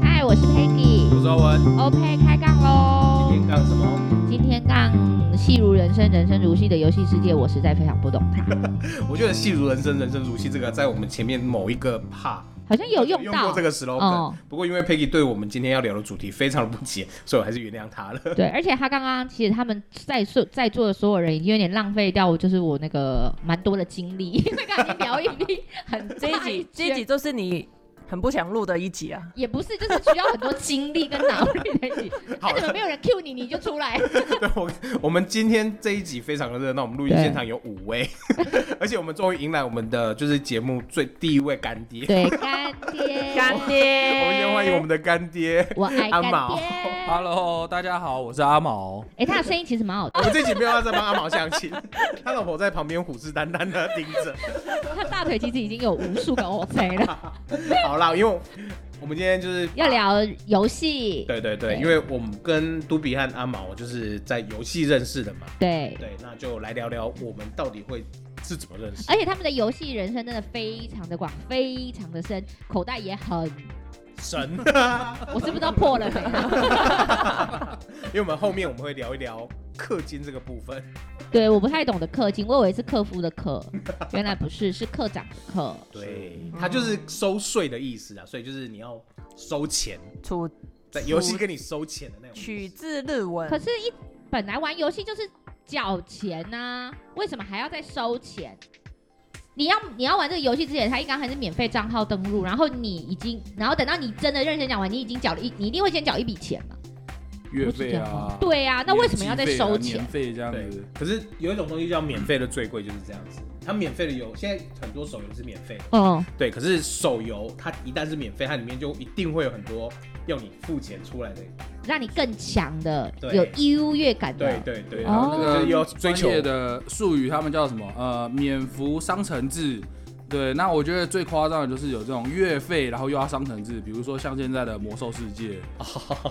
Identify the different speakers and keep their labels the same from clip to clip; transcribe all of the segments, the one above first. Speaker 1: 嗨，我是 Peggy，
Speaker 2: 我是阿文，
Speaker 1: OK，开杠喽。
Speaker 2: 啊今天干什么？
Speaker 1: 今天杠戏如人生，人生如戏的游戏世界，我实在非常不懂它，
Speaker 2: 我觉得“戏如人生，人生如戏”这个在我们前面某一个 part
Speaker 1: 好像有用
Speaker 2: 用
Speaker 1: 到
Speaker 2: 过这个 slogan，、
Speaker 1: 哦
Speaker 2: 不过因为 Peggy 对我们今天要聊的主题非常的不解，所以我还是原谅 他了。
Speaker 1: 对，而且他刚刚其实他们在座在座的所有人已经有点浪费掉，就是我那个蛮多的精力，因为刚刚已经聊一批很
Speaker 3: 这一
Speaker 1: 大
Speaker 3: 集
Speaker 1: 圈
Speaker 3: 这一集就是你很不想录的一 集啊。
Speaker 1: 也不是，就是需要很多精力跟脑力的一起。
Speaker 2: 好
Speaker 1: 哎，怎么没有人 Q 你，你就出来？
Speaker 2: 对我，我们今天这一集非常的热闹，我们录音
Speaker 1: 对
Speaker 2: 现场有五位， 而且我们终于迎来我们的就是节目最第一位干爹，
Speaker 1: 对，干爹，
Speaker 2: 我
Speaker 3: 爹
Speaker 2: 们先欢迎 我们的干爹。
Speaker 1: 我爱
Speaker 2: 阿
Speaker 1: 干
Speaker 2: 毛
Speaker 1: 爹。
Speaker 4: Hello，大家好，我是阿毛。
Speaker 1: 哎、他的声音其实蛮好
Speaker 2: 我们这集没有要再帮阿毛相亲，他老婆在旁边虎视眈眈的盯着。
Speaker 1: 他大腿其实已经有无数个 OK 了。
Speaker 2: 好啦，因为我们今天就是
Speaker 1: 要聊游戏，
Speaker 2: 对对对，
Speaker 1: 对
Speaker 2: 因为我们跟杜比和阿毛就是在游戏认识的嘛，
Speaker 1: 对，
Speaker 2: 对，那就来聊聊我们到底会是怎么认识。
Speaker 1: 而且他们的游戏人生真的非常的广，非常的深，口袋也很，
Speaker 2: 神，
Speaker 1: 我是不知道破了没啊。
Speaker 2: 因为我们后面我们会聊一聊氪金这个部分。
Speaker 1: 对，我不太懂得氪金，我以为是客服的客，原来不是，是课长的课。
Speaker 2: 对，它就是收税的意思啊，所以就是你要收钱，
Speaker 3: 出
Speaker 2: 在游戏跟你收钱的那种
Speaker 3: 取
Speaker 2: 意思。
Speaker 3: 自日文
Speaker 1: 可，是一，本来玩游戏就是缴钱呐、为什么还要再收钱？你要你要玩这个游戏之前，他一刚还是免费账号登录，然后你已经，然后等到你真的认真讲完，你已经缴了一，你一定会先缴一笔钱嘛？
Speaker 4: 月
Speaker 1: 不是
Speaker 4: 费
Speaker 1: 这样
Speaker 4: 啊
Speaker 1: 吗，对啊，那为什么要再
Speaker 4: 年纪费啊
Speaker 1: 收钱
Speaker 4: 年？费这样
Speaker 2: 对
Speaker 4: 子，，
Speaker 2: 可是有一种东西叫免费的最贵，就是这样子。它免费的游，现在很多手游是免费的，
Speaker 1: 哦，
Speaker 2: 对，可是手游它一旦是免费，它里面就一定会有很多要你付钱出来的。
Speaker 1: 让你更强的，
Speaker 2: 对
Speaker 1: 有优越感的
Speaker 2: 对。对对，
Speaker 1: 哦
Speaker 2: 然后那个就是要追
Speaker 4: 啊专
Speaker 2: 求
Speaker 4: 业的术语他们叫什么？呃，免服商城制。对，那我觉得最夸张的就是有这种月费，然后又要商城制，比如说像现在的魔兽世 界，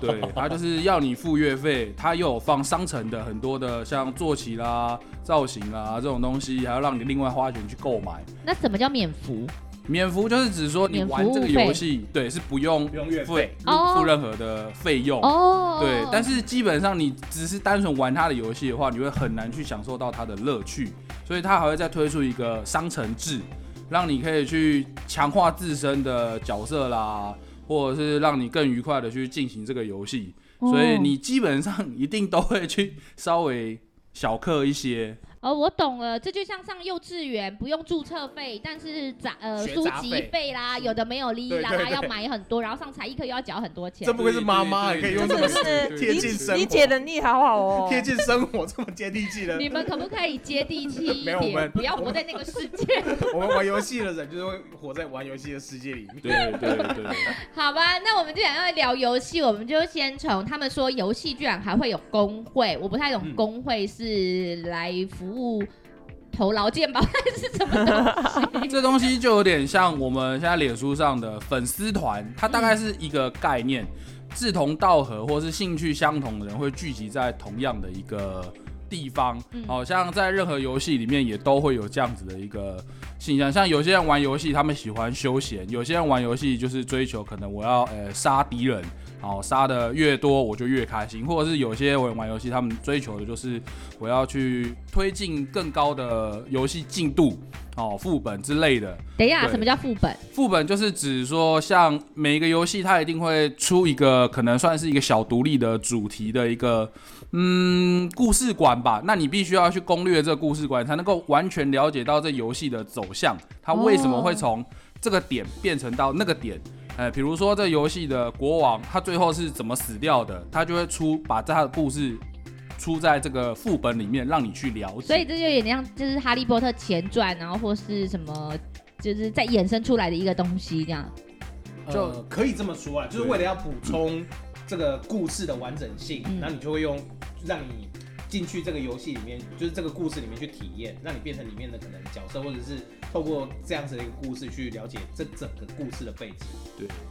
Speaker 4: 对，它就是要你付月费，它又有放商城的很多的像坐骑啦、造型啊啦这种东西，还要让你另外花钱去购买。
Speaker 1: 那什么叫免服？
Speaker 4: 免服就是指说你玩这个游戏，对，是不用
Speaker 2: 不用月
Speaker 4: 付
Speaker 2: 费
Speaker 1: 哦
Speaker 4: 付任何的费用。
Speaker 1: 哦，
Speaker 4: 对，但是基本上你只是单纯玩它的游戏的话，你会很难去享受到它的乐趣，所以它还会再推出一个商城制，让你可以去强化自身的角色啦，或者是让你更愉快的去进行这个游戏，所
Speaker 1: 哦
Speaker 4: 以你基本上一定都会去稍微小氪一些，
Speaker 1: 哦，我懂了，这就像上幼稚园不用注册费，但是杂呃
Speaker 2: 学
Speaker 1: 书
Speaker 2: 杂
Speaker 1: 籍
Speaker 2: 费
Speaker 1: 费啦，有的没有哩
Speaker 2: 对
Speaker 1: 啦
Speaker 2: 对
Speaker 1: 啦，要
Speaker 2: 对
Speaker 1: 买很多，然后上才艺课又要缴很多 钱
Speaker 2: 这。不愧是妈妈，
Speaker 4: 对
Speaker 2: 可以
Speaker 4: 对
Speaker 2: 用
Speaker 3: 真
Speaker 2: 这么
Speaker 3: 的是
Speaker 2: 贴近生活
Speaker 3: 理理解能力好好哦。
Speaker 2: 贴近生活、这么接地气的。
Speaker 1: 你们可不可以接地气一
Speaker 2: 没有我们
Speaker 1: 点， 不要活在那个世界？
Speaker 2: 我们玩游戏的人就是会活在玩游戏的世界里面。
Speaker 4: 对对对，
Speaker 1: 好吧，那我们既然要聊游戏，我们就先从他们说游戏居然还会有工会，我不太懂
Speaker 2: 嗯
Speaker 1: 工会是来服务投劳健保还是什么东 西？
Speaker 4: 这东西就有点像我们现在脸书上的粉丝团，它大概是一个概念，志同道合或是兴趣相同的人会聚集在同样的一个地方
Speaker 1: 嗯，
Speaker 4: 好、像在任何游戏里面也都会有这样子的一个现象。像有些人玩游戏，他们喜欢休闲；有些人玩游戏就是追求可能我要呃杀敌人，好杀的越多我就越开心，或者是有些人玩游戏，他们追求的就是我要去推进更高的游戏进度。哦，副本之类的，
Speaker 1: 等一下，
Speaker 4: 对
Speaker 1: 什么叫副本？
Speaker 4: 副本就是指说，像每一个游戏，它一定会出一个可能算是一个小独立的主题的一个嗯故事馆吧。那你必须要去攻略这个故事馆，才能够完全了解到这游戏的走向，它为什么
Speaker 1: 哦
Speaker 4: 会从这个点变成到那个点。呃，比如说这游戏的国王，他最后是怎么死掉的，他就会出把这他的故事出在这个副本里面，让你去了解。
Speaker 1: 所以这就有点像就是《哈利波特》前传，然后或是什么，就是再衍生出来的一个东西这样。
Speaker 2: 就、
Speaker 4: 呃
Speaker 2: 可以这么说啊，就是为了要补充这个故事的完整性，
Speaker 1: 嗯
Speaker 2: 然后你就会用让你进去这个游戏里面，就是这个故事里面去体验，让你变成里面的可能角色，或者是透过这样子的一个故事去了解这整个故事的背景。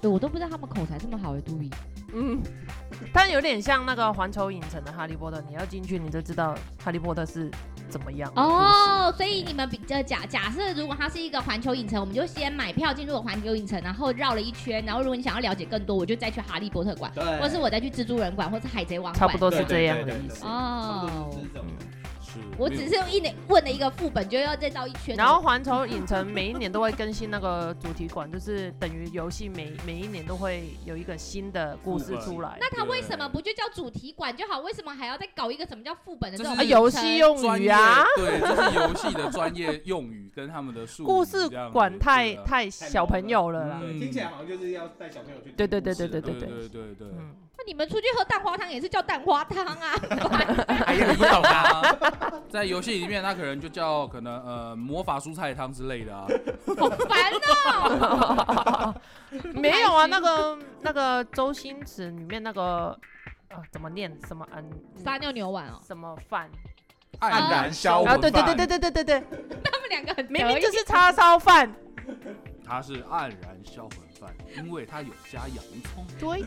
Speaker 1: 对我都不知道他们口才这么好的杜比。
Speaker 3: 嗯，但有点像那个环球影城的哈利波特，你要进去你就知道哈利波特是怎么样的故事。
Speaker 1: 哦，所以你们比较假假设，如果它是一个环球影城，我们就先买票进入环球影城，然后绕了一圈，然后如果你想要了解更多，我就再去哈利波特馆，
Speaker 2: 对，
Speaker 1: 或是我再去蜘蛛人馆，或是海贼王馆，
Speaker 3: 差不多是这样
Speaker 2: 对
Speaker 3: 的
Speaker 2: 对对
Speaker 3: 意
Speaker 2: 对
Speaker 3: 思
Speaker 2: 对。
Speaker 1: 哦
Speaker 2: 差不多就是这种的
Speaker 4: 是
Speaker 1: 我只是一年问了一个副本，就要再绕一圈。
Speaker 3: 嗯然后环球影城每一年都会更新那个主题馆，就是等于游戏每每一年都会有一个新的故事出来。
Speaker 1: 那它为什么不就叫主题馆就好？为什么还要再搞一个什么叫副本的这种
Speaker 4: 就
Speaker 3: 啊，
Speaker 4: 是
Speaker 1: 名称
Speaker 3: 游戏用
Speaker 4: 专
Speaker 3: 语
Speaker 4: 业
Speaker 3: 啊，
Speaker 4: 对，这是游戏的专业用语跟他们的术语
Speaker 3: 故事
Speaker 4: 这样子
Speaker 3: 馆太
Speaker 4: 对啊
Speaker 3: 太小朋友了
Speaker 4: 嗯
Speaker 3: 啦。
Speaker 2: 对，听起来好像就是要带小朋友去听
Speaker 3: 对对对
Speaker 2: 故事的
Speaker 3: 对
Speaker 4: 对啊对对对，
Speaker 3: 嗯，
Speaker 1: 那你们出去喝蛋花汤也是叫蛋花汤啊？
Speaker 4: 哎呀，你懂啊，在游戏里面，它可能就叫可能呃魔法蔬菜汤之类的 啊，
Speaker 1: 好烦哦！
Speaker 3: 没有啊，那个那个周星驰里面那个啊怎么念什么嗯
Speaker 1: 撒尿牛丸哦，
Speaker 3: 什么饭
Speaker 4: 黯然销魂
Speaker 3: 啊
Speaker 4: 饭，
Speaker 3: 对对对对，对对对对，
Speaker 1: 他们两个很
Speaker 3: 明明
Speaker 1: 得
Speaker 3: 就
Speaker 1: 意
Speaker 3: 是叉烧饭，
Speaker 4: 它是黯然销魂饭，因为它有加洋葱。
Speaker 3: 对，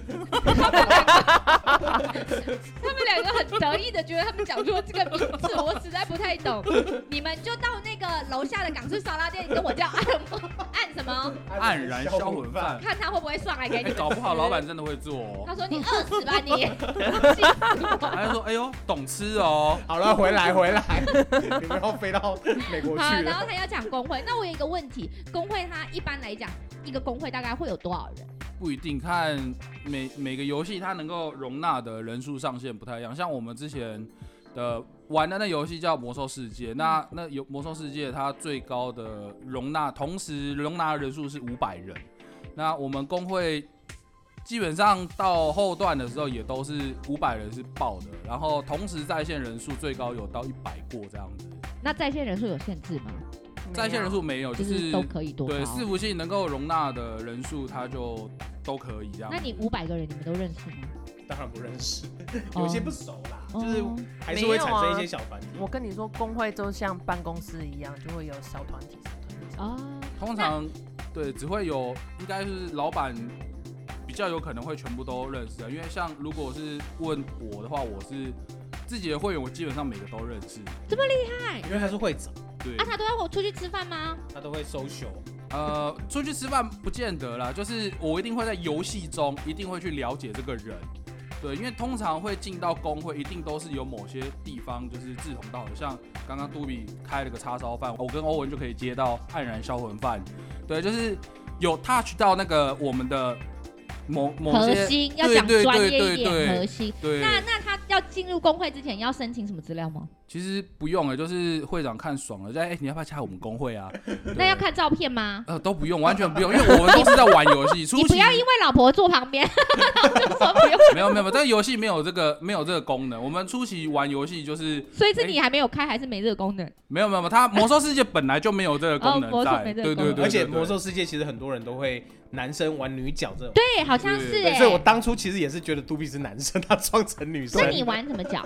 Speaker 1: 他们两个很得意的觉得他们讲出这个名字，我实在不太懂。你们就到那个楼下的港式烧腊店，跟我叫按按什么，
Speaker 4: 黯然销魂饭，
Speaker 1: 看他会不会上来给
Speaker 4: 哎、
Speaker 1: 你们。
Speaker 4: 搞不好老。板真的会做
Speaker 1: 他
Speaker 4: 哦。
Speaker 1: 说你饿死吧你，气死我！
Speaker 4: 他就说：“哎呦，懂吃哦。
Speaker 2: 好了，回来回 来，你们要飞到美国
Speaker 1: 好，
Speaker 2: 去
Speaker 1: 然
Speaker 2: 了。
Speaker 1: 后他要讲工会，那我有一个问题，工会它一般来讲，一个工会大概会有多少人？”
Speaker 4: 不一定看每每个游戏它能够容纳的人数上限不太一样。像我们之前的玩的那游戏叫《魔兽世界》，那那有《魔兽世界》它最高的容纳，同时容纳的人数是五百人。那我们工会基本上到后段的时候也都是五百人是爆的，然后同时在线人数最高有到一百过这样子。
Speaker 1: 那在线人数有限制吗？
Speaker 4: 在线
Speaker 3: 啊
Speaker 4: 人数没有，
Speaker 1: 就
Speaker 4: 就
Speaker 1: 是
Speaker 4: 是
Speaker 1: 都可以多
Speaker 4: 对
Speaker 1: 高？
Speaker 4: 伺服器能够容纳的人数，它就都可以这样。
Speaker 1: 那你五百个人，你们都认识 吗？
Speaker 2: 当然不认识，
Speaker 1: 哦
Speaker 2: 有一些不熟啦，就是
Speaker 1: 哦啊
Speaker 2: 还是会产生一些小烦
Speaker 3: 我
Speaker 2: 恼。
Speaker 3: 跟你说，工会就像办公室一样，就会有小团体、小团体。
Speaker 1: 哦，
Speaker 4: 通常对只会有，应该是老板比较有可能会全部都认识的，因为像如果是问我的话，我是自己的会员，我基本上每个都认识。
Speaker 2: 因为他是会长，
Speaker 4: 对
Speaker 1: 啊，，他都要我出去吃饭吗？
Speaker 2: 他都会 social，
Speaker 4: 呃，出去吃饭不见得啦，就是我一定会在游戏中一定会去了解这个人。对，因为通常会进到工会，一定都是有某些地方就是志同道合，像刚刚杜比开了个叉烧饭，我跟欧文就可以接到黯然销魂饭。对，就是有 touch 到那个我们的某某
Speaker 1: 核
Speaker 4: 些
Speaker 1: 心要讲
Speaker 4: 对对
Speaker 1: 专业一
Speaker 4: 对对
Speaker 1: 点，
Speaker 4: 对
Speaker 1: 核心。
Speaker 4: 对，
Speaker 1: 那那他要进入工会之前要申请什么资料吗？
Speaker 4: 其实不用了，欸就是会长看爽了，就哎、你要不要加我们工会啊？
Speaker 1: 那
Speaker 4: 对
Speaker 1: 要看照片吗？
Speaker 4: 呃都不用，完全不用，因为我们都是在玩游戏，出
Speaker 1: 你不
Speaker 4: 去
Speaker 1: 要因为老婆坐旁边， 然后就说不用。
Speaker 4: 没有没有，没有这个游戏没有这个没有这个功能。我们初期玩游戏就是
Speaker 1: 所以是你还没有开，还是没这个功能？
Speaker 4: 没有没有，没有它魔兽世界本来就没有这个功
Speaker 1: 哦魔
Speaker 4: 能
Speaker 1: 兽
Speaker 4: 在，
Speaker 1: 没这个
Speaker 4: 对对
Speaker 1: 功能
Speaker 4: 对，对
Speaker 2: 而且
Speaker 4: 对
Speaker 2: 魔兽世界其实很多人都会男生玩女角这种。
Speaker 1: 对，好像是
Speaker 4: 对
Speaker 1: 哎。
Speaker 2: 所以我当初其实也是觉得杜比是男生，他装成女生。
Speaker 1: 那你玩什么 角？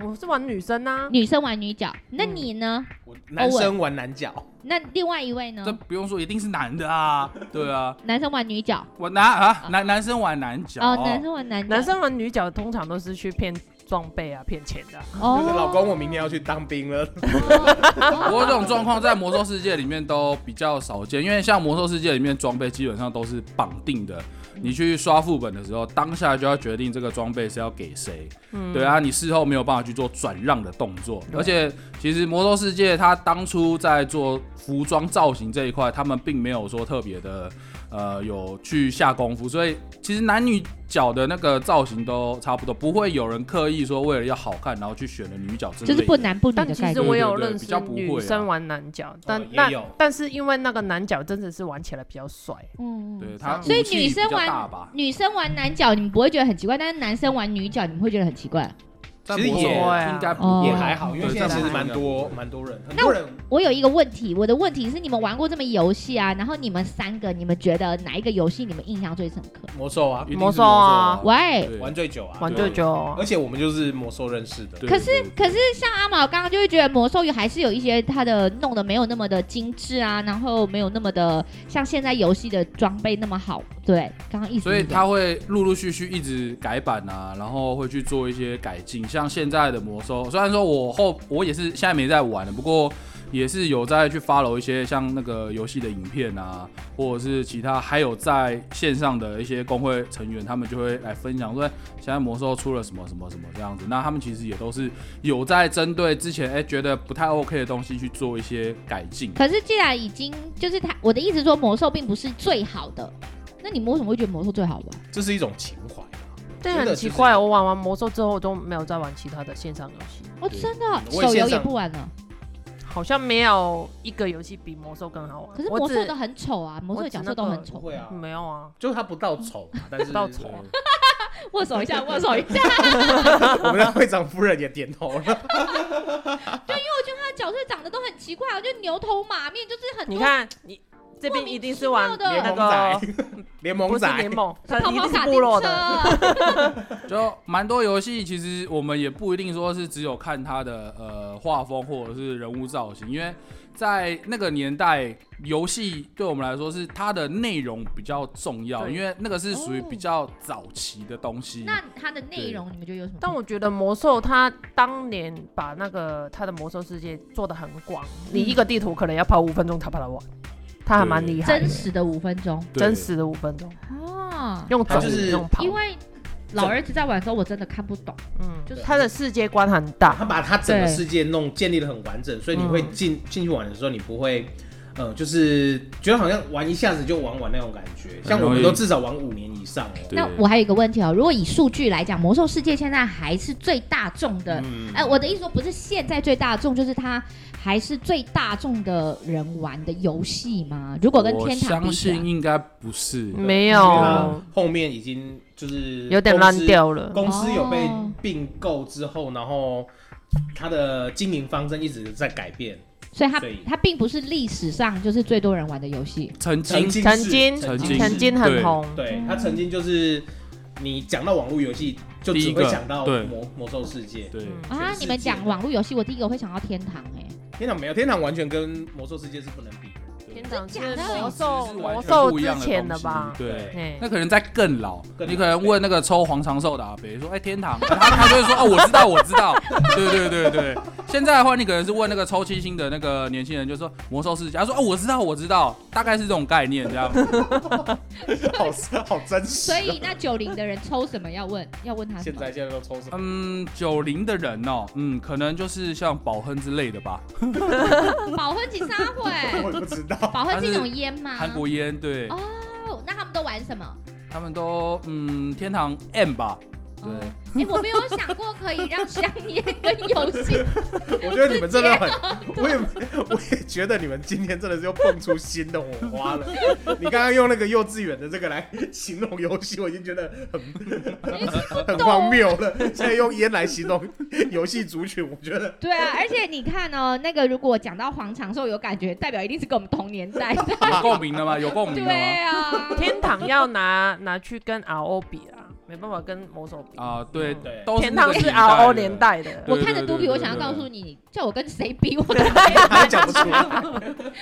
Speaker 3: 我是玩女生啊呐、
Speaker 1: 女生玩女角，那
Speaker 4: 嗯
Speaker 1: 你呢？
Speaker 2: 我男生玩男角，
Speaker 1: 那另外一位呢
Speaker 4: 这？不用说，一定是男的啊，对啊，
Speaker 1: 男生玩女角，
Speaker 4: 我 男啊男男生玩男角，
Speaker 1: 哦，男生玩男角
Speaker 3: 男生玩女角通常都是去骗装备啊、骗钱的啊、
Speaker 1: 哦
Speaker 2: 就是老公，我明天要去当兵了。
Speaker 4: 不过这种
Speaker 1: 况，
Speaker 4: 状况在魔兽世界里面都比较少见，因为像魔兽世界里面装备基本上都是绑定的，你去刷副本的时候，当下就要决定这个装备是要给谁。
Speaker 3: 嗯，
Speaker 4: 对啊，你事后没有办法去做转让的动作。
Speaker 3: 对
Speaker 4: 而且，其实《魔兽世界》它当初在做服装造型这一块，他们并没有说特别的，呃，有去下功夫。所以，其实男女角的那个造型都差不多，不会有人刻意说为了要好看，然后去选了女角之 类
Speaker 1: 就
Speaker 4: 的。
Speaker 1: 是不男不女
Speaker 3: 但
Speaker 1: 的
Speaker 3: 其
Speaker 1: 概
Speaker 3: 实
Speaker 1: 念。
Speaker 3: 我
Speaker 4: 对
Speaker 3: 有
Speaker 4: 对对
Speaker 3: 认
Speaker 4: 比
Speaker 3: 识
Speaker 4: 较不会啊
Speaker 3: 女生玩男角，但、
Speaker 2: 哦也
Speaker 3: 那
Speaker 2: 有
Speaker 3: 但是因为那个男角真的是玩起来比较帅，
Speaker 1: 嗯，
Speaker 4: 对，它
Speaker 1: 所以
Speaker 4: 武器
Speaker 1: 女生
Speaker 4: 比较
Speaker 1: 玩
Speaker 4: 大吧，
Speaker 1: 女生玩男角，你们不会觉得很奇怪，但是男生玩女角，你们会觉得很奇怪。
Speaker 4: 在
Speaker 2: 其实
Speaker 4: 魔兽
Speaker 2: 也
Speaker 4: 应该不会
Speaker 1: 哦
Speaker 2: 也还好，因为
Speaker 4: 对
Speaker 2: 现在
Speaker 4: 在
Speaker 2: 其实
Speaker 4: 魔兽
Speaker 2: 蛮
Speaker 4: 应该不
Speaker 2: 多
Speaker 4: 会
Speaker 2: 蛮多人，很
Speaker 1: 那
Speaker 2: 多人
Speaker 1: 我有一个问题，我的问题是你们玩过这么游戏啊，然后你们三个，你们觉得哪一个游戏你们印象最深刻？
Speaker 2: 魔兽啊
Speaker 4: 一定是
Speaker 3: 魔
Speaker 4: 魔
Speaker 3: 兽啊
Speaker 1: 喂，
Speaker 4: 对
Speaker 2: 玩最久啊，
Speaker 3: 玩
Speaker 4: 对
Speaker 3: 舅舅
Speaker 2: 而且我们就是魔兽认识的，
Speaker 4: 对
Speaker 1: 可是
Speaker 4: 对对
Speaker 1: 可是像阿毛刚刚就会觉得魔兽还是有一些它的弄得没有那么的精致啊，然后没有那么的像现在游戏的装备那么好对，刚刚意思
Speaker 4: 所以
Speaker 1: 一样
Speaker 4: 它会陆陆续续一直改版啊，然后会去做一些改进。像现在的魔兽，虽然说我后我也是现在没在玩了，不过也是有在去 follow 一些像那个游戏的影片啊，或者是其他还有在线上的一些工会成员，他们就会来分享说哎现在魔兽出了什么什么什么这样子。那他们其实也都是有在针对之前哎、觉得不太 OK 的东西去做一些改进。
Speaker 1: 可是既然已经就是他，我的意思说魔兽并不是最好的，那你们为什么会觉得魔兽最好玩？
Speaker 2: 这是一种情怀啊。
Speaker 3: 但
Speaker 2: 真的
Speaker 3: 很
Speaker 2: 其
Speaker 3: 奇
Speaker 2: 实
Speaker 3: 怪，我玩完魔兽之后都没有再玩其他的线上游戏，
Speaker 1: 哦，
Speaker 2: 对
Speaker 1: 真的，手
Speaker 2: 我也
Speaker 1: 游
Speaker 2: 线
Speaker 1: 也
Speaker 2: 上
Speaker 1: 不玩了。
Speaker 3: 好像没有一个游戏比魔兽更好玩。
Speaker 1: 可是
Speaker 3: 我
Speaker 1: 魔
Speaker 3: 只
Speaker 1: 兽都很丑啊，魔兽的角色都很
Speaker 2: 不
Speaker 1: 丑。
Speaker 2: 会啊，
Speaker 3: 没有啊，
Speaker 2: 就是他不到丑嘛，但是
Speaker 3: 不到丑啊
Speaker 1: 握手一下，握手一 下。
Speaker 2: 我们的会长夫人也点头了。
Speaker 1: 他啊角色长得都很奇怪，我就牛头马面，就是很多
Speaker 3: 你看你这边一定是玩
Speaker 1: 莫名其妙
Speaker 3: 那
Speaker 2: 联盟
Speaker 3: 个
Speaker 2: 仔，联盟
Speaker 3: 不是联
Speaker 2: 仔，
Speaker 3: 盟， 它
Speaker 1: 跑
Speaker 3: 一
Speaker 1: 跑
Speaker 3: 定是
Speaker 1: 卡
Speaker 3: 部
Speaker 1: 丁
Speaker 3: 落
Speaker 1: 车
Speaker 3: 的。
Speaker 1: 啊。
Speaker 4: 就蛮多游戏，其实我们也不一定说是只有看它的呃画风或者是人物造型，因为在那个年代，游戏对我们来说是它的内容比较重要，
Speaker 3: 对
Speaker 4: 因为那个是属于
Speaker 1: 哦
Speaker 4: 比较早期的东西。
Speaker 1: 那它的内容你们觉得有什么？
Speaker 3: 但我觉得魔兽它当年把那个它的魔兽世界做的很广，
Speaker 1: 嗯
Speaker 3: 你一个地图可能要跑五分钟才把它玩，它还蛮厉害的，
Speaker 1: 真实的五分钟
Speaker 4: 对
Speaker 3: 真实的五分钟，
Speaker 1: 啊，
Speaker 3: 用走
Speaker 2: 它就是
Speaker 3: 用跑，
Speaker 1: 因为老儿子在玩的时候我真的看不懂，
Speaker 3: 嗯，
Speaker 1: 就是
Speaker 3: 它的世界观很大
Speaker 2: 他，把他整个
Speaker 1: 对
Speaker 2: 世界弄建立的很完整，所以你会
Speaker 3: 嗯
Speaker 2: 进进去玩的时候，你不会。呃，就是觉得好像玩一下子就玩完那种感觉，像我
Speaker 4: 很容
Speaker 2: 们
Speaker 4: 易
Speaker 2: 都至少玩五年以上哦。
Speaker 4: 对
Speaker 1: 那我还有一个问题哦，如果以数据来讲，《魔兽世界》现在还是最大众的。
Speaker 2: 嗯
Speaker 1: 哎、我的意思说不是现在最大众，就是它还是最大众的人玩的游戏吗？如果跟
Speaker 4: 我
Speaker 1: 天堂比
Speaker 4: 相
Speaker 1: 起来嗯
Speaker 4: 信应该不是。
Speaker 3: 没
Speaker 2: 因为它
Speaker 3: 有
Speaker 2: 啊后面已经就是
Speaker 3: 哦有点
Speaker 2: 公
Speaker 3: 乱
Speaker 2: 司
Speaker 3: 掉了，
Speaker 2: 公司有被
Speaker 1: 哦
Speaker 2: 并购之后，然后它的经营方针一直在改变。
Speaker 1: 所以它
Speaker 2: 所以
Speaker 1: 它并不是历史上就是最多人玩的游戏。
Speaker 4: 曾经
Speaker 2: 曾经是
Speaker 3: 曾经
Speaker 4: 曾经
Speaker 2: 是
Speaker 3: 曾经很红，
Speaker 2: 对
Speaker 1: 嗯
Speaker 2: 它曾经就是你讲到网络游戏，就
Speaker 4: 第
Speaker 2: 只
Speaker 4: 一个
Speaker 2: 会想到
Speaker 4: 对
Speaker 2: 魔魔兽世界。
Speaker 4: 对，
Speaker 3: 嗯
Speaker 1: 啊
Speaker 2: 全世！界
Speaker 1: 你们讲网络游戏，我第一个会想到天堂哎、
Speaker 2: 天堂没有，天堂完全跟魔兽世界是不能比的。对
Speaker 3: 天堂是
Speaker 1: 真假的
Speaker 3: 魔兽
Speaker 4: 是完
Speaker 3: 魔
Speaker 4: 全
Speaker 3: 兽
Speaker 4: 不一
Speaker 3: 之
Speaker 4: 样的
Speaker 3: 前
Speaker 4: 东西
Speaker 3: 吧？
Speaker 4: 对。
Speaker 3: 嘿
Speaker 4: 那可能在更老，
Speaker 2: 更老
Speaker 4: 你可能问那个抽黄长寿的阿北说：“哎、天堂。”他他就会说：“哦，我知道，我知道。” 对对对对。现在的话，你可能是问那个抽七星的那个年轻人，就说魔兽世界，他说：“哦，我知道，我知道。”大概是这种概念，这样。
Speaker 2: 好好真实啊
Speaker 4: 啊
Speaker 1: 所以那九零的人抽什么要问，要问他什
Speaker 2: 现
Speaker 1: 么？
Speaker 2: 在现在 都抽什么？
Speaker 4: 嗯，九零的人哦，嗯，可能就是像宝亨之类的吧，
Speaker 1: 保婚请撒会，
Speaker 2: 我也不知道。
Speaker 1: 保婚是一种烟吗？
Speaker 4: 韩国烟，对
Speaker 1: 啊哦哦，那他们都玩什么？
Speaker 4: 他们都嗯天堂 M 吧，对
Speaker 1: 哦哎、我没有想过可以让香烟跟游 戏，
Speaker 2: 我觉得你们真的 很，我也我也觉得你们今天真的是又蹦出新的火花了。你刚刚用那个幼稚园的这个来形容游戏，我已经觉得
Speaker 1: 哎
Speaker 2: 很很荒谬了。现在用烟来形容游戏族群，我觉得
Speaker 1: 对啊，而且你看哦，那个如果讲到黄长寿有感觉，代表一定是跟我们同年 代的，
Speaker 4: 有共鸣了吗？有共鸣了吗
Speaker 1: 对？啊。
Speaker 3: 天堂要拿拿去跟 RO 比啊，没办法跟魔兽比。
Speaker 4: 啊，对
Speaker 2: 对，
Speaker 4: 都是
Speaker 3: 天
Speaker 4: 那
Speaker 3: 堂
Speaker 4: 个
Speaker 3: 是
Speaker 4: 年代
Speaker 3: RO
Speaker 4: 的
Speaker 3: 年代的，
Speaker 1: 我看着
Speaker 4: 对对对
Speaker 1: 嘟比，
Speaker 4: 对
Speaker 1: 我想要
Speaker 4: 对
Speaker 1: 告
Speaker 4: 对
Speaker 1: 诉你，叫我跟谁比，我都没
Speaker 2: 他讲不出来。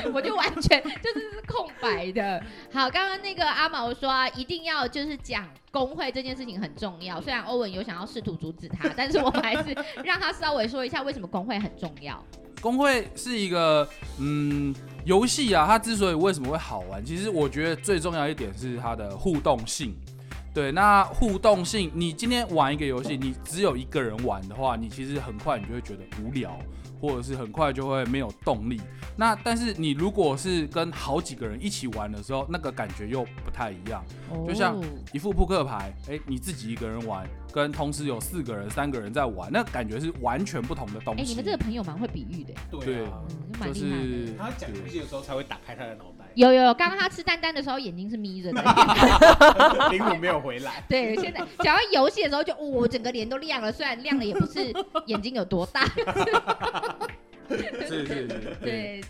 Speaker 1: 有，我就完全就是是空白的。好，刚刚那个阿毛说、啊，一定要就是讲工会这件事情很重要。虽然欧文有想要试图阻止他，但是我们还是让他稍微说一下为什么工会很重要。
Speaker 4: 工会是一个嗯游戏啊，它之所以为什么会好玩，其实我觉得最重要一点是它的互动性。对，那互动性，你今天玩一个游戏，你只有一个人玩的话，你其实很快你就会觉得无聊，或者是很快就会没有动力。那但是你如果是跟好几个人一起玩的时候，那个感觉又不太一样。就像
Speaker 1: 哦
Speaker 4: 一副扑克牌，哎、你自己一个人玩，跟同时有四个人、三个人在玩，那感觉是完全不同的东
Speaker 1: 哎、
Speaker 4: 西。
Speaker 1: 你们这个朋友蛮会比喻的，
Speaker 4: 对啊
Speaker 1: 嗯，蛮
Speaker 4: 就
Speaker 1: 厉害的。
Speaker 4: 是
Speaker 2: 他讲游戏的时候才会打开他的脑袋，
Speaker 1: 有有有，刚刚他吃丹丹的时候眼睛是眯着的。
Speaker 2: 灵魂没有回来。
Speaker 1: 对，现在讲到游戏的时候就，哦我整个脸都亮了，虽然亮了也不 是眼睛有多大。
Speaker 4: 是是是，对。
Speaker 1: 对，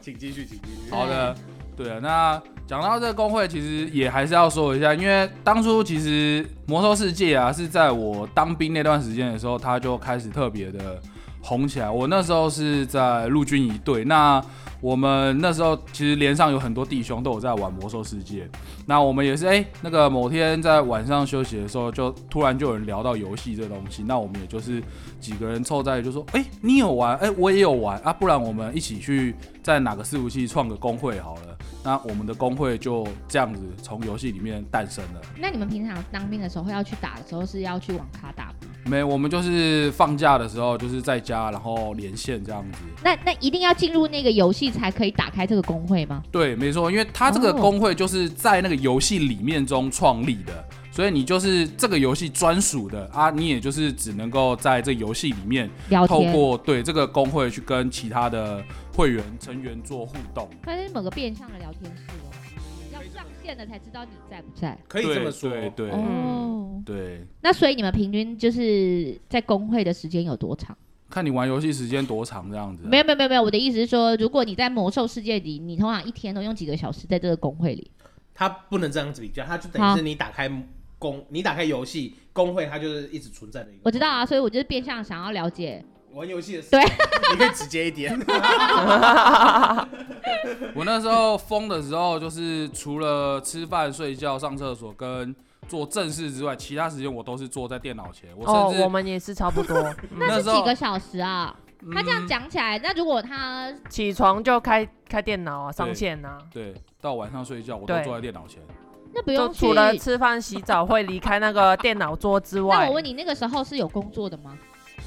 Speaker 2: 请继续，请继续。
Speaker 4: 好的，对啊。那讲到这个工会，其实也还是要说一下，因为当初其实《魔兽世界》啊，是在我当兵那段时间的时候，他就开始特别的红起来。我那时候是在陆军一队，那我们那时候其实连上有很多弟兄都有在玩魔兽世界。那我们也是哎、那个某天在晚上休息的时候，就突然就有人聊到游戏这东西，那我们也就是几个人凑在一起就说，哎、你有玩，哎、我也有玩啊，不然我们一起去在哪个伺服器创个工会好了。那我们的工会就这样子从游戏里面诞生了。
Speaker 1: 那你们平常当兵的时候要去打的时候是要去网咖打吗？
Speaker 4: 没，我们就是放假的时候就是在家，然后连线这样子。
Speaker 1: 那那一定要进入那个游戏才可以打开这个工会吗？
Speaker 4: 对，没错，因为它这个
Speaker 1: 哦
Speaker 4: 工会就是在那个游戏里面中创立的，所以你就是这个游戏专属的啊，你也就是只能够在这游戏里面
Speaker 1: 聊
Speaker 4: 透
Speaker 1: 天，
Speaker 4: 过对这个工会去跟其他的会员成员做互动。
Speaker 1: 它是某个变相的聊天室哦，要上线了才知道你在不在。
Speaker 2: 可以这么说。
Speaker 4: 对对对
Speaker 1: 哦，
Speaker 4: 对，
Speaker 1: 那所以你们平均就是在工会的时间有多长？
Speaker 4: 看你玩游戏时间多长这样子啊。
Speaker 1: 没有没有没有没有，我的意思是说，如果你在魔兽世界里，你通常一天都用几个小时在这个工会里？
Speaker 2: 它不能这样子比较，它就等
Speaker 1: 好
Speaker 2: 于是你打开公，你打开游戏工会，它就是一直存在的一个。
Speaker 1: 我知道啊，所以我就是变相想要了解。
Speaker 2: 玩游戏的时候，
Speaker 1: 对，
Speaker 2: 你可以直接一 点。
Speaker 4: 我那时候疯的时候，就是除了吃饭、睡觉、上厕所跟做正事之外，其他时间我都是坐在电脑前。我
Speaker 3: 哦
Speaker 4: 甚，至、
Speaker 3: 我们也是差 不多，嗯
Speaker 1: 那
Speaker 4: 那
Speaker 1: 是
Speaker 4: 时
Speaker 1: 几
Speaker 4: 候
Speaker 1: 个小时啊？他这样
Speaker 4: 嗯
Speaker 1: 讲起来，那如果他
Speaker 3: 起床就开开电脑啊，上
Speaker 4: 对
Speaker 3: 线啊。
Speaker 4: 对，到晚上睡觉我都
Speaker 3: 对
Speaker 4: 坐在电脑前。
Speaker 1: 那不
Speaker 3: 就
Speaker 1: 用去
Speaker 3: 除了吃饭、洗澡会离开那个电脑桌之
Speaker 1: 那
Speaker 3: 外，
Speaker 1: 我问你，那个时候是有工作的吗？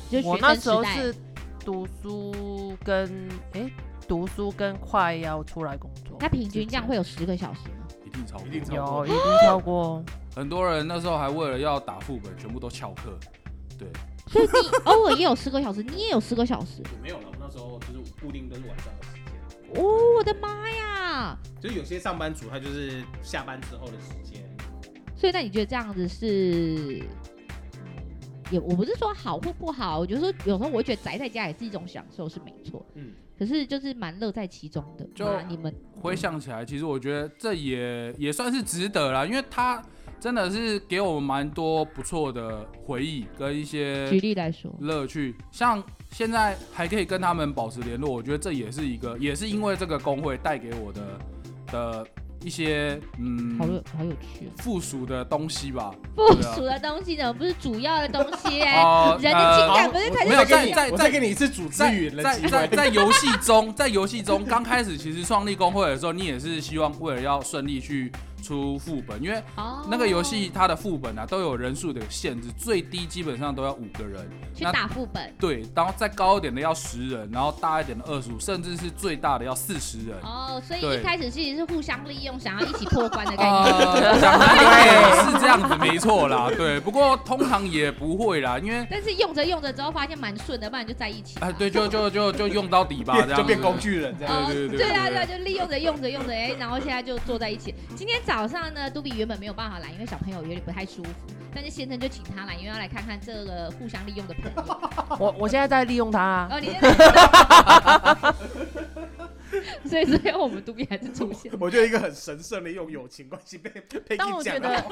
Speaker 1: 就
Speaker 3: 我
Speaker 1: 学生
Speaker 3: 那时
Speaker 1: 时
Speaker 3: 候
Speaker 1: 代，
Speaker 3: 是读书跟诶，读书跟快要出来工作，
Speaker 1: 那平均这样会有十个小时吗？
Speaker 4: 一定超过，
Speaker 2: 一定超
Speaker 3: 有一定超过。
Speaker 4: 很多人那时候还为了要打副本，全部都翘课。
Speaker 1: 所以你偶尔也有十个小时，你也有十个小时。
Speaker 2: 我没有了，我那时候就是固定都是晚上的时间，
Speaker 1: 哦，我的妈呀！
Speaker 2: 就是有些上班族他就是下班之后的时间。
Speaker 1: 所以那你觉得这样子是？也我不是说好或不好，我就说有时候我会觉得宅在家也是一种享受，是没错。
Speaker 2: 嗯，
Speaker 1: 可是就是蛮乐在其中的。
Speaker 4: 就
Speaker 1: 妈你们
Speaker 4: 回想起来，其实我觉得这也也算是值得啦，因为它真的是给我们蛮多不错的回忆跟一些
Speaker 1: 举例来说，
Speaker 4: 乐趣，像现在还可以跟他们保持联络，我觉得这也是一个，也是因为这个工会带给我的的一些
Speaker 1: 好
Speaker 4: 嗯
Speaker 1: 有好有趣、哦。
Speaker 4: 附属的东西吧。
Speaker 1: 附
Speaker 4: 对啊
Speaker 1: 属的东西怎么不是主要的东 西、欸？
Speaker 4: 哦
Speaker 1: 人的情感
Speaker 4: 呃
Speaker 1: 哎不是才
Speaker 4: 没
Speaker 1: 是
Speaker 2: 再
Speaker 4: 有
Speaker 2: 给
Speaker 4: 在
Speaker 2: 你，
Speaker 4: 在
Speaker 2: 嗯我再
Speaker 4: 在
Speaker 2: 给你一次组织
Speaker 4: 在
Speaker 2: 语言的
Speaker 4: 在
Speaker 2: 机
Speaker 4: 在
Speaker 2: 会。
Speaker 4: 在游戏中， 在游戏中刚开始其实创立工会的时候，你也是希望为了要顺利去出副本，因为
Speaker 1: 哦
Speaker 4: 那个游戏它的副本啊都有人数的限制，最低基本上都要五个人。
Speaker 1: 去
Speaker 4: 那
Speaker 1: 打副本
Speaker 4: 对，然后再高一点的要十人，然后大一点的二十五，甚至是最大的要四十人。
Speaker 1: 哦，所以
Speaker 4: 对
Speaker 1: 一开始其实是互相利用，想要一起破关 的概念。
Speaker 4: 呃，讲来也是这样子，没错 啦。对，不过通常也不会啦，因为
Speaker 1: 但是用着用着之后发现蛮顺的，不然就在一起吧。
Speaker 4: 啊、对，就就就就用到底吧，这样
Speaker 2: 变
Speaker 4: 子
Speaker 2: 就变工。具人这样。
Speaker 1: 哦，
Speaker 4: 对对对
Speaker 1: 对啊，
Speaker 4: 对
Speaker 1: 对啊，就利用着用着用着，哎，然后现在就坐在一起。今天早上呢，杜比原本没有办法来，因为小朋友有点不太舒服，但是先生就请他来，因为要来看看这个互相利用的朋友。
Speaker 3: 我我现在在利用它、啊，
Speaker 1: 哦，你现在， 所以最后我们杜比还是出现。
Speaker 2: 我觉得一个很神圣的用友情关系被被
Speaker 3: 但我
Speaker 2: 你讲
Speaker 3: 觉得
Speaker 2: 了，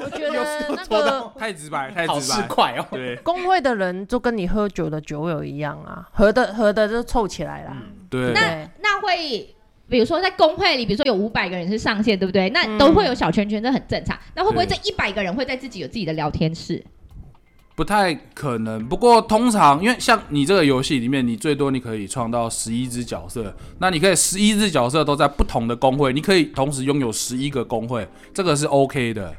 Speaker 3: 我 觉
Speaker 2: 又
Speaker 3: 得
Speaker 2: 又
Speaker 3: 那
Speaker 2: 戳
Speaker 3: 个
Speaker 2: 到
Speaker 4: 太直白，太
Speaker 2: 好
Speaker 4: 直
Speaker 2: 市
Speaker 4: 白。
Speaker 2: 侩哦。
Speaker 4: 对
Speaker 3: 工会的人就跟你喝酒的酒友一样啊，合的合的就凑起来啦。
Speaker 4: 对
Speaker 3: 那
Speaker 1: 那会，比如说在工会里，比如说有五百个人是上线，对不对？那都会有小圈圈，这很正常。那会不会这
Speaker 4: 嗯对
Speaker 1: 一百个人会在自己有自己的聊天室？
Speaker 4: 不太可能。不过通常，因为像你这个游戏里面，你最多你可以创造十一只角色，那你可以十一只角色都在不同的工会，你可以同时拥有十一个工会，这个是 OK 的。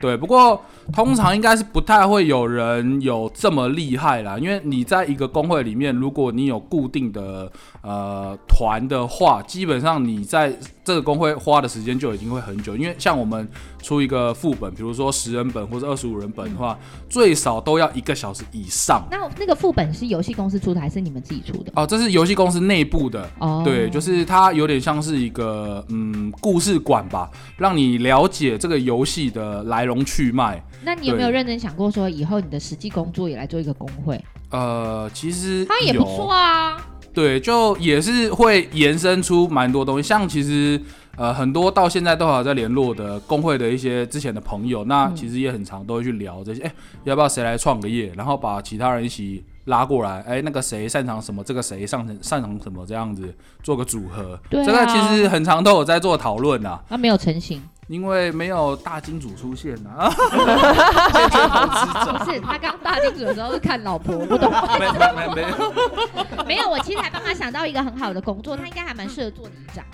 Speaker 4: 对，不过通常应该是不太会有人有这么厉害啦，因为你在一个工会里面，如果你有固定的呃团的话，基本上你在这个工会花的时间就已经会很久，因为像我们出一个副本，比如说十人本或者二十五人本的话，最少都要一个小时以上。
Speaker 1: 那那个副本是游戏公司出的，还是你们自己出的？
Speaker 4: 哦，这是游戏公司内部的，
Speaker 1: 哦，
Speaker 4: 对，就是它有点像是一个嗯故事馆吧，让你了解这个游戏的来龙去脉。
Speaker 1: 那你有没有
Speaker 4: 对
Speaker 1: 认真想过说，以后你的实际工作也来做一个工会？
Speaker 4: 呃，其实
Speaker 1: 好像也不
Speaker 4: 有
Speaker 1: 错啊。
Speaker 4: 对，就也是会延伸出蛮多东西，像其实呃很多到现在都还有在联络的工会的一些之前的朋友，那
Speaker 1: 嗯
Speaker 4: 其实也很常都会去聊这些，哎、要不要谁来创个业，然后把其他人一起拉过来，哎，那个谁擅长什么，这个谁擅长擅长什么，这样子做个组合。
Speaker 1: 对啊
Speaker 4: 这个其实很常都有在做讨论啊，
Speaker 1: 他没有成 型，
Speaker 4: 因为没有大金主出现啊，
Speaker 1: 不是他刚大金主的时候是看老婆，不懂。
Speaker 4: 没没没没
Speaker 1: 哦
Speaker 4: 有。
Speaker 1: 没有，我其实还帮他想到一个很好的工作，他应该还蛮适合做里长。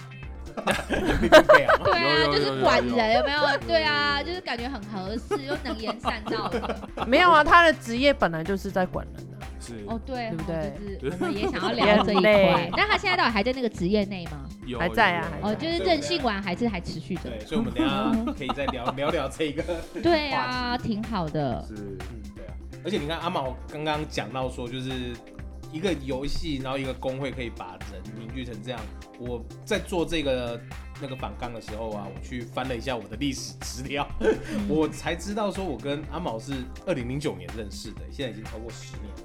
Speaker 2: 你不配啊！
Speaker 1: 对啊，
Speaker 4: 有有有
Speaker 1: 就是管人有没有？对啊，就是感觉很合适，又能言善道的。
Speaker 3: 没有啊，他的职业本来就是在管人的、
Speaker 4: 是
Speaker 1: 哦，对哦，
Speaker 3: 对不对
Speaker 1: 就是 我们也想要聊这一块
Speaker 3: 也很累。
Speaker 1: 那他现在到底还在那个职业内吗？
Speaker 4: 有
Speaker 3: 还在啊
Speaker 4: 有有
Speaker 1: 哦，就是任性完还是还持续
Speaker 2: 对，
Speaker 1: 的。
Speaker 2: 所以我们等一下可以再聊聊聊这 个。
Speaker 1: 对啊，挺好的。
Speaker 4: 是
Speaker 2: 嗯，对啊。而且你看阿毛刚刚讲到说，就是一个游戏，然后一个工会可以把人凝聚成这样。我在做这个那个反纲的时候啊，我去翻了一下我的历史资料，
Speaker 1: 嗯
Speaker 2: 我才知道说我跟阿毛是二零零九年认识的，现在已经超过十年了。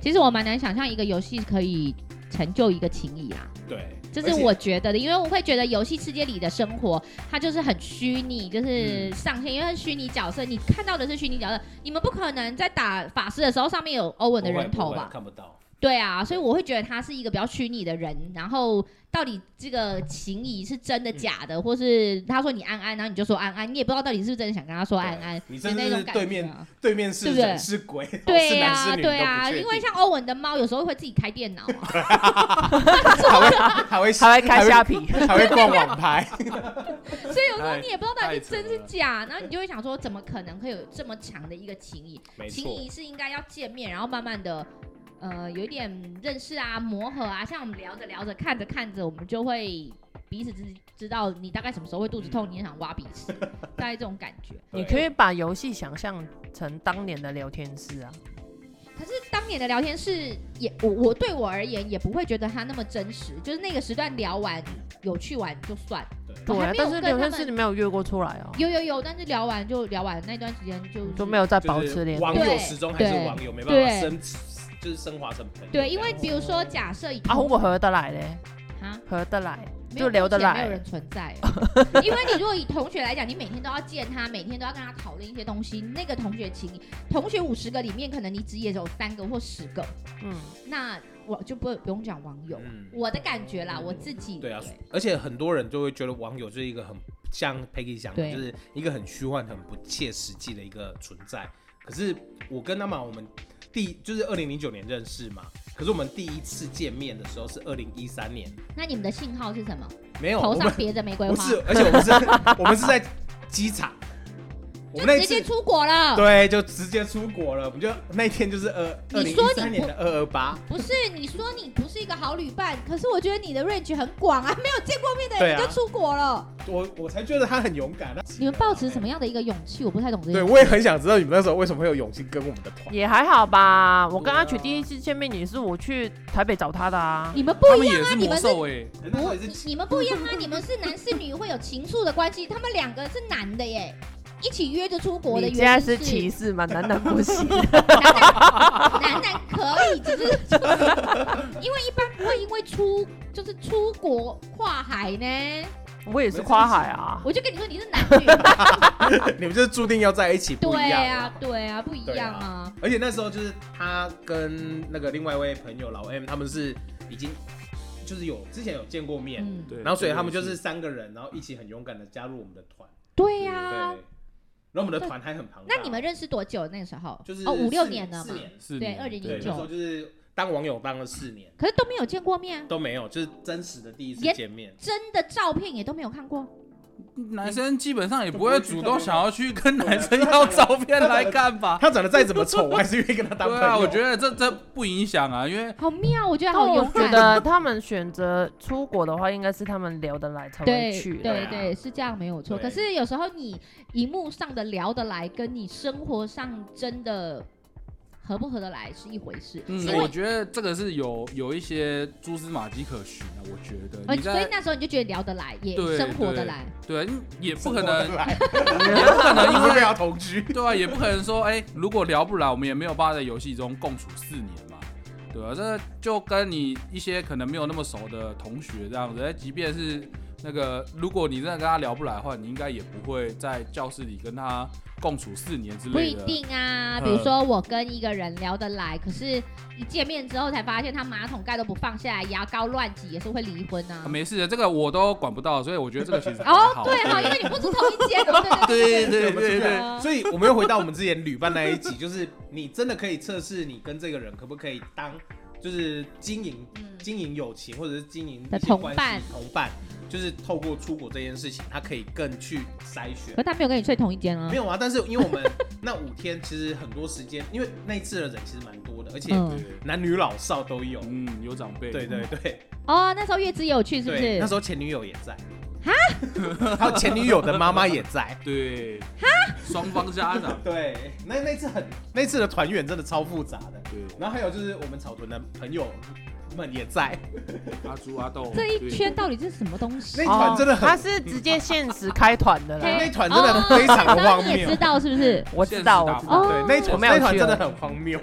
Speaker 1: 其实我蛮难想象一个游戏可以成就一个情谊啦。
Speaker 2: 对，
Speaker 1: 这
Speaker 2: 而
Speaker 1: 是
Speaker 2: 且
Speaker 1: 我觉得的，因为我会觉得游戏世界里的生活，它就是很虚拟，就是
Speaker 2: 嗯
Speaker 1: 上线，因为它是虚拟角色，你看到的是虚拟角色，你们不可能在打法师的时候上面有欧文的
Speaker 2: 不会
Speaker 1: 人头
Speaker 2: 不会
Speaker 1: 吧？
Speaker 2: 看不到。
Speaker 1: 对啊，所以我会觉得他是一个比较虚拟的人，然后到底这个情谊是真的假的，或是他说你安安，然后你就说安安，你也不知道到底是不是真的想跟他说安安
Speaker 2: 对你
Speaker 1: 的
Speaker 2: 甚
Speaker 1: 那
Speaker 2: 至
Speaker 1: 种
Speaker 2: 是
Speaker 1: 感
Speaker 2: 对
Speaker 1: 觉
Speaker 2: 面
Speaker 1: 啊。
Speaker 2: 对面是
Speaker 1: 对不对
Speaker 2: 人是鬼，是
Speaker 1: 对
Speaker 2: 男
Speaker 1: 啊，
Speaker 2: 是女都不
Speaker 1: 对啊，
Speaker 2: 确定
Speaker 1: 因为像欧文的猫有时候会自己开电脑啊，
Speaker 2: 还会还会
Speaker 3: 还会开虾皮，
Speaker 2: 还会逛 网拍，
Speaker 1: 所以有时候你也不知道到底是
Speaker 4: 太
Speaker 1: 真
Speaker 4: 太
Speaker 1: 是
Speaker 4: 扯了
Speaker 1: 假，然后你就会想说，怎么可能会有这么强的一个情谊？
Speaker 2: 没
Speaker 1: 情
Speaker 2: 错，
Speaker 1: 谊是应该要见面，然后慢慢的，呃，有一点认识啊、磨合啊。像我们聊着聊着、看着看着，我们就会彼此知知道你大概什么时候会肚子痛，你也想挖鼻 屎，大概这种感觉。
Speaker 3: 你可以把游戏想象成当年的聊天室啊。
Speaker 1: 可是当年的聊天是也我我对我而言也不会觉得它那么真实，就是那个时段聊完有趣完就算。我
Speaker 3: 对
Speaker 1: 还
Speaker 3: 啊
Speaker 1: 没，有
Speaker 3: 但是
Speaker 1: 跟他
Speaker 3: 聊天室
Speaker 1: 们
Speaker 3: 你没有约过出来哦，
Speaker 1: 有有有，但是聊完就聊完，那段时间就
Speaker 3: 就是没有再保
Speaker 2: 就
Speaker 3: 持
Speaker 2: 是
Speaker 3: 联
Speaker 2: 网
Speaker 3: 络。
Speaker 2: 友
Speaker 1: 对
Speaker 2: 始终还是
Speaker 1: 对
Speaker 2: 网友，没办法
Speaker 1: 对
Speaker 2: 升，就是升华成朋友。
Speaker 1: 对，因为比如说假设以
Speaker 3: 啊，
Speaker 1: 同
Speaker 3: 我合得来嘞，
Speaker 1: 啊，
Speaker 3: 合得来
Speaker 1: 没有
Speaker 3: 就聊得
Speaker 1: 目前没有
Speaker 3: 来。
Speaker 1: 人存在哦， 因为你如果以同学来讲，你每天都要见他，每天都要跟他讨论一些东西，那个同学情谊，同学五十个里面，可能你只也有三个或十个，
Speaker 3: 嗯，
Speaker 1: 那我就不不用讲网友，
Speaker 2: 嗯
Speaker 1: 我的感觉啦，我自己
Speaker 2: 对啊，而且很多人就会觉得网友就是一个很像 Peggy 讲的，
Speaker 1: 对
Speaker 2: 就是一个很虚幻、很不切实际的一个存在。可是我跟他们，我们第就是二零零九年认识嘛，可是我们第一次见面的时候是二零一三年，
Speaker 1: 那你们的信号是什么？
Speaker 2: 没有，我
Speaker 1: 头
Speaker 2: 们
Speaker 1: 上别着玫瑰
Speaker 2: 不
Speaker 1: 花，
Speaker 2: 是，而且我们是，我们是在机场，我
Speaker 1: 就
Speaker 2: 们那
Speaker 1: 直
Speaker 2: 一次
Speaker 1: 接出国 了。
Speaker 2: 对，就直接出国了。我们就那一天就是二二
Speaker 1: 你
Speaker 2: 零
Speaker 1: 说
Speaker 2: 一
Speaker 1: 你不
Speaker 2: 三年的二二八，
Speaker 1: 不是，你说你不是一个好旅伴，可是我觉得你的 range 很广啊，没有见过面的
Speaker 2: 对
Speaker 1: 人
Speaker 2: 啊
Speaker 1: 你就出国了。
Speaker 2: 我我才觉得他很勇敢。
Speaker 1: 你们抱持什么？样的一个勇气？我不太懂这
Speaker 2: 对，
Speaker 1: 个。
Speaker 2: 我也很想知道你们那时候为什么会有勇气跟我们的团。
Speaker 3: 也还好吧。我
Speaker 2: 对
Speaker 3: 跟
Speaker 2: 啊
Speaker 3: 阿曲第一次见面也是我去台北找他的啊。
Speaker 1: 你们不
Speaker 4: 他
Speaker 1: 一
Speaker 4: 们
Speaker 1: 样
Speaker 4: 也
Speaker 1: 啊，
Speaker 4: 是
Speaker 1: 你
Speaker 4: 魔
Speaker 1: 们是
Speaker 4: 兽哎，
Speaker 1: 不，你你们不一样啊！你们是男是女会有情愫的关系，他们两个是男的耶，一起约着出国的
Speaker 3: 你现在
Speaker 1: 原因
Speaker 3: 是歧视吗？男男不 行。
Speaker 1: 男男男男可以，只是因为一般不会因为出就是出国跨海呢。
Speaker 3: 我也是跨海啊。
Speaker 1: 我就跟你说你是男女，
Speaker 2: 你们就是注定要在一起， 不一
Speaker 1: 对
Speaker 2: 样。
Speaker 1: 啊，对啊，不一样啊。
Speaker 2: 而且那时候就是他跟那个另外一位朋友老 M，他们是已经就是有之前有见过面，
Speaker 1: 嗯，
Speaker 4: 对
Speaker 2: 然后所以他们就是三个人，然后一起很勇敢的加入我们的团。
Speaker 1: 对
Speaker 2: 对，
Speaker 1: 呀。
Speaker 2: 然后我们的团还很庞大。
Speaker 1: 那你们认识多久？那个时候
Speaker 2: 就是
Speaker 1: 哦五六
Speaker 2: 四
Speaker 1: 年了
Speaker 2: 四
Speaker 1: 嘛，
Speaker 2: 年，
Speaker 4: 是
Speaker 1: 对
Speaker 4: 你
Speaker 1: 2009
Speaker 2: 对，那时候就是当网友当了四年。
Speaker 1: 可是都没有见过面，
Speaker 2: 都没有，就是真实的第一次
Speaker 1: 也
Speaker 2: 见面。
Speaker 1: 真的照片也都没有看过。嗯
Speaker 4: 男生基本上也不会主动想要去跟男生要照片来 干吧。
Speaker 2: 他长得再怎么丑，我还是愿意跟他当
Speaker 4: 对
Speaker 2: 朋友。
Speaker 4: 啊，我觉得这这不影响啊，因为
Speaker 1: 好妙，我觉得
Speaker 3: 但
Speaker 1: 好
Speaker 3: 我
Speaker 1: 勇
Speaker 3: 觉
Speaker 1: 敢。
Speaker 3: 得他们选择出国的话，应该是他们聊得来才会
Speaker 1: 对
Speaker 3: 去的。
Speaker 1: 对
Speaker 2: 啊
Speaker 1: 对，是这样没有错。
Speaker 2: 对
Speaker 1: 可是有时候你荧幕上的聊得来，跟你生活上真的合不合得来是一回事。
Speaker 4: 嗯
Speaker 1: 因，
Speaker 4: 我
Speaker 1: 为
Speaker 4: 觉得这个是有有一些蛛丝马迹可循啊的。我觉得
Speaker 1: 呃，
Speaker 4: 你
Speaker 1: 所以
Speaker 4: 在
Speaker 1: 那时候你就觉得聊得来，也
Speaker 4: 对
Speaker 1: 生活得来。
Speaker 4: 对啊也不
Speaker 2: 生活
Speaker 4: 可
Speaker 2: 得
Speaker 4: 能，
Speaker 2: 来，
Speaker 4: 也不可能，因
Speaker 2: 因为
Speaker 4: 为
Speaker 2: 要同居。
Speaker 4: 对啊，也不可能说，哎、如果聊不来，我们也没有办法在游戏中共处四年嘛，对啊，这就跟你一些可能没有那么熟的同学这样子，哎，即便是那个如果你真的跟他聊不来的话，你应该也不会在教室里跟他共处四年之
Speaker 1: 不
Speaker 4: 类
Speaker 1: 一
Speaker 4: 的。
Speaker 1: 定啊，
Speaker 4: 嗯
Speaker 1: 比如说我跟一个人聊得来，可是一见面之后才发现他马桶盖都不放下来，牙膏乱挤，也是会离婚啊
Speaker 4: 啊。没事的，这个我都管不到，所以我觉得这 个其实还
Speaker 1: 哦，
Speaker 4: 好。
Speaker 1: 对哈，因为你不是同一 间，对对对
Speaker 4: 对对
Speaker 2: 我们是这
Speaker 4: 对对，
Speaker 2: 样所以我们又回到我们之前旅伴那一集，就是你真的可以测试你跟这个人可不可以当，就是经营
Speaker 1: 嗯
Speaker 2: 经营友情或者是经营
Speaker 1: 的
Speaker 2: 一些
Speaker 1: 同
Speaker 2: 关系
Speaker 1: 伴
Speaker 2: 同伴，就是透过出国这件事情，他可以更去筛选
Speaker 1: 可。是他没有跟你睡同一间啊
Speaker 2: 没。有啊，但是因为我们那五天其实很多时间，因为那一次的人其实蛮多的，而且
Speaker 1: 嗯，
Speaker 2: 男女老少都有。
Speaker 4: 嗯，有长辈。
Speaker 2: 对对对
Speaker 1: 哦，那时候月子有去是不
Speaker 2: 对，那
Speaker 1: 是？
Speaker 2: 时候前女友也在。哈， 还有前女友的妈妈也在。。
Speaker 4: 对，双方家长
Speaker 2: 对，那那次很那次的团圆真的超复杂的。
Speaker 4: 对，
Speaker 2: 然后还有就是我们草屯的朋友们也在，
Speaker 4: 阿朱阿豆。
Speaker 1: 这一
Speaker 4: 对
Speaker 1: 圈到底是什么东西
Speaker 2: 那？团真的很
Speaker 3: 哦他是直接限时开团的
Speaker 1: 嘿
Speaker 3: 啦。
Speaker 2: 那一团真的非常的
Speaker 1: 然后哦
Speaker 2: 荒
Speaker 1: 你也
Speaker 2: 谬
Speaker 1: 知。道是不是？
Speaker 3: 我知道，
Speaker 4: 现
Speaker 3: 我
Speaker 4: 实
Speaker 3: 知
Speaker 4: 打
Speaker 3: 道
Speaker 1: 哦。
Speaker 2: 对，那一团
Speaker 3: 我没有
Speaker 2: 那一团
Speaker 3: 去
Speaker 2: 真
Speaker 3: 哦
Speaker 2: 的很荒谬，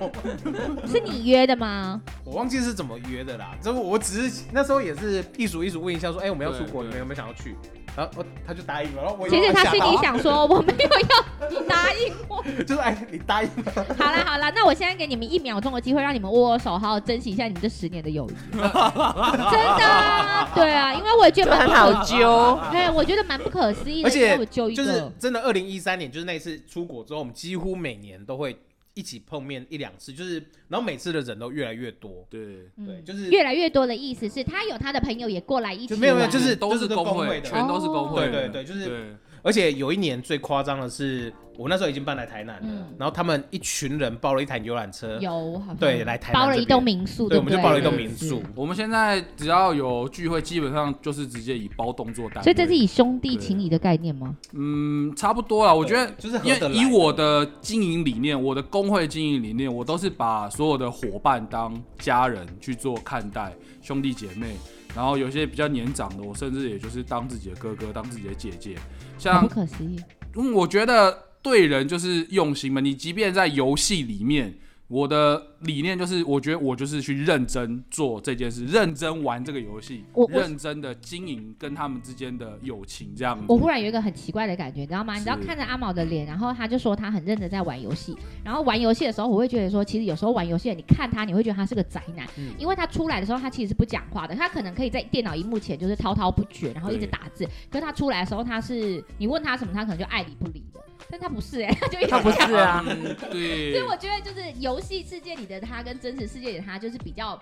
Speaker 1: 是你约的吗？
Speaker 2: 我忘记是怎么约的啦。这我只是那时候也是一数一数问一下说，哎、我们要出国，
Speaker 4: 对对
Speaker 2: 你们有没有想要去？然后我哦他就答应了，然后我
Speaker 1: 其实他心
Speaker 2: 心
Speaker 1: 里，想说，我没有要 你答应我。
Speaker 2: 就是哎，你答应了，
Speaker 1: 好啦好啦，那我现在给你们一秒钟的机会，让你们握握手，好好珍惜一下你们这十年的友 谊。真的啊，对啊，因为我也觉
Speaker 3: 就
Speaker 1: 得蛮
Speaker 3: 很
Speaker 1: 不
Speaker 3: 好
Speaker 1: 可，
Speaker 3: 揪，
Speaker 1: 哎，我觉得蛮不可思议的，
Speaker 2: 而且
Speaker 1: 因为我揪一
Speaker 2: 就
Speaker 1: 个，
Speaker 2: 是真的，二零一三年就是那一次出国之后，我们几乎每年都会一起碰面一两次，就是然后每次的人都越来越多，
Speaker 4: 对，
Speaker 2: 对，
Speaker 1: 嗯，
Speaker 2: 就是
Speaker 1: 越来越多的意思是他有他的朋友也过来一起
Speaker 2: 就
Speaker 1: 玩，
Speaker 2: 没有没有就是
Speaker 4: 都
Speaker 2: 就是是
Speaker 4: 工
Speaker 2: 工
Speaker 4: 会，
Speaker 2: 会的哦
Speaker 4: 全都是工会
Speaker 2: 对
Speaker 4: 的。
Speaker 2: 对对，就是
Speaker 4: 对，
Speaker 2: 而且有一年最夸张的是，我那时候已经搬来台南了，
Speaker 1: 嗯
Speaker 2: 然后他们一群人包了一台游览车，
Speaker 1: 有好像
Speaker 2: 对来台南
Speaker 1: 包了
Speaker 2: 这
Speaker 1: 一栋
Speaker 2: 边
Speaker 1: 民宿，
Speaker 2: 对，
Speaker 1: 对
Speaker 2: 我
Speaker 1: 不
Speaker 2: 们
Speaker 1: 对，嗯
Speaker 2: 就包了一栋
Speaker 4: 对
Speaker 2: 民宿，
Speaker 4: 我们现在只要有聚会，基本上就是直接以包动作单位。
Speaker 1: 所以这是以兄弟情谊的概念吗？
Speaker 4: 嗯，差不多啦。我觉得
Speaker 2: 对就是合
Speaker 4: 因
Speaker 2: 得
Speaker 4: 为
Speaker 2: 来
Speaker 4: 以我的经营理念，我的工会经营理念，我都是把所有的伙伴当家人去做看待，兄弟姐妹。然后有些比较年长的，我甚至也就是当自己的哥哥，当自己的姐姐。
Speaker 1: 好
Speaker 4: 像
Speaker 1: 不可思议，
Speaker 4: 嗯，我觉得对人就是用心嘛。你即便在游戏里面，我的理念就是，我觉得我就是去认真做这件事，认真玩这个游戏
Speaker 1: 我，我
Speaker 4: 认真的经营跟他们之间的友情，这样子。
Speaker 1: 我忽然有一个很奇怪的感觉，你知道吗？
Speaker 4: 是
Speaker 1: 你知道看着阿毛的脸，然后他就说他很认真在玩游戏，然后玩游戏的时候，我会觉得说，其实有时候玩游戏，你看他，你会觉得他是个宅男，
Speaker 2: 嗯
Speaker 1: 因为他出来的时候，他其实是不讲话的，他可能可以在电脑荧幕前就是滔滔不绝，然后一直
Speaker 4: 对
Speaker 1: 打字，可是他出来的时候，他是你问他什么，他可能就爱理不理的，但他不是哎、他 就一直
Speaker 3: 他不
Speaker 1: 讲
Speaker 3: 是啊，
Speaker 4: 嗯，对，
Speaker 1: 所以我觉得就是游戏世界里的他跟真实世界里的他就是比较，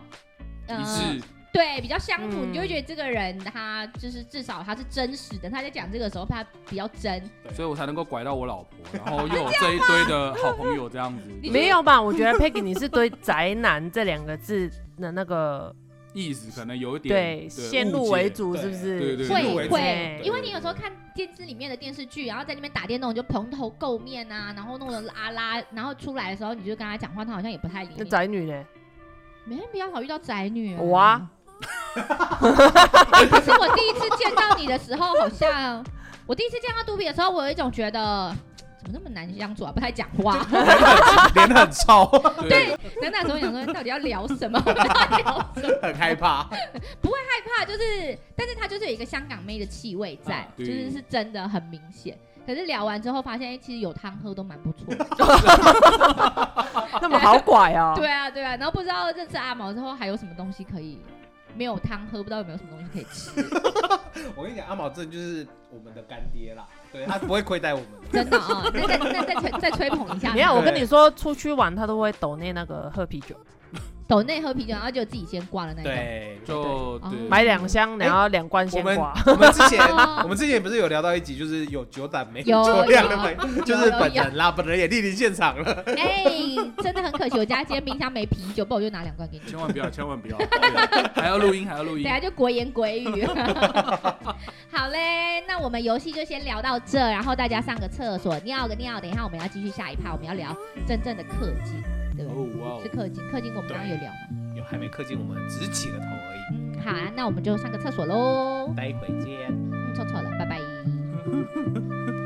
Speaker 1: 呃
Speaker 4: 一致，
Speaker 1: 对，比较相处，
Speaker 3: 嗯
Speaker 1: 你就会觉得这个人他就是至少他是真实的，他在讲这个的时候他比较真。
Speaker 4: 所以我才能够拐到我老婆，然后又有这一堆的好朋友这样子，
Speaker 1: 你
Speaker 3: 没有吧？我觉得 Peggy 你是对“宅男”这两个字的那个
Speaker 4: 意思可能有一点
Speaker 3: 对先入为主，是不是？
Speaker 4: 对对
Speaker 1: 会
Speaker 2: 入围
Speaker 1: 会
Speaker 3: 对，
Speaker 1: 因为你有时候看电视里面的电视剧，然后在那边打电动，你就蓬头垢面啊，然后弄得拉拉，然后出来的时候你就跟他讲话，他好像也不太理
Speaker 3: 那
Speaker 1: 你。
Speaker 3: 宅女呢？
Speaker 1: 没比较好遇到宅女、啊。哎
Speaker 3: 我啊！
Speaker 1: 可是我第一次见到你的时候，好像我第一次见到杜比的时候，我有一种觉得怎么那么难相处啊，不太讲话。
Speaker 2: 脸很臭，
Speaker 1: 对，
Speaker 4: 对
Speaker 1: 那那时候想说到底要聊什么？不知道聊什么
Speaker 2: 很害 怕。
Speaker 1: 怕就是，但是他就是有一个香港妹的气味在，
Speaker 4: 啊
Speaker 1: 就
Speaker 4: 对
Speaker 1: 是是真的很明显。可是聊完之后发现，哎、其实有汤喝都蛮不 错的。
Speaker 3: 那么好拐啊！
Speaker 1: 对啊，对啊，然后不知道认识阿毛之后还有什么东西可以没有汤喝，不知道有没有什么东西可以 吃，
Speaker 2: 我跟你讲，阿毛正就是我们的干爹啦，对他不会亏待我们的。
Speaker 1: 真的啊、那再那再吹再吹捧一下，
Speaker 3: 你看，我跟
Speaker 2: 对
Speaker 3: 你说，出去玩他都会抖那那个喝啤酒，
Speaker 1: 抖内喝啤酒，然后就自己先挂了那种。
Speaker 2: 对，
Speaker 4: 就
Speaker 1: 对
Speaker 4: 对，
Speaker 3: 买两箱，然后两罐
Speaker 2: 哎我
Speaker 3: 鲜
Speaker 2: 们
Speaker 3: 花。
Speaker 2: 我们之前
Speaker 1: 哦
Speaker 2: 我们之前不是有聊到一集，就是有酒胆没
Speaker 1: 有
Speaker 2: 酒量的
Speaker 1: 有
Speaker 2: 朋友，就是本人啦，本人也莅临现场了。
Speaker 1: 哎、真的很可惜，我家今天冰箱没啤酒，不然我就拿两罐给你。
Speaker 4: 千万不要，千万不要，对还要录音，还要录音
Speaker 1: 等，下就国言鬼语。 好嘞，那我们游戏就先聊到这，然后大家上个厕所尿个尿，等一下我们要继续下一趴，我们要聊真正的氪金，对吧？
Speaker 4: 哦哇哦
Speaker 1: 是氪金，氪金我们刚刚有聊嘛。
Speaker 2: 有还没氪金，我们只是起个头而已。
Speaker 1: 嗯，好啊，那我们就上个厕所喽。
Speaker 2: 待会见。
Speaker 1: 嗯，错错了，拜拜。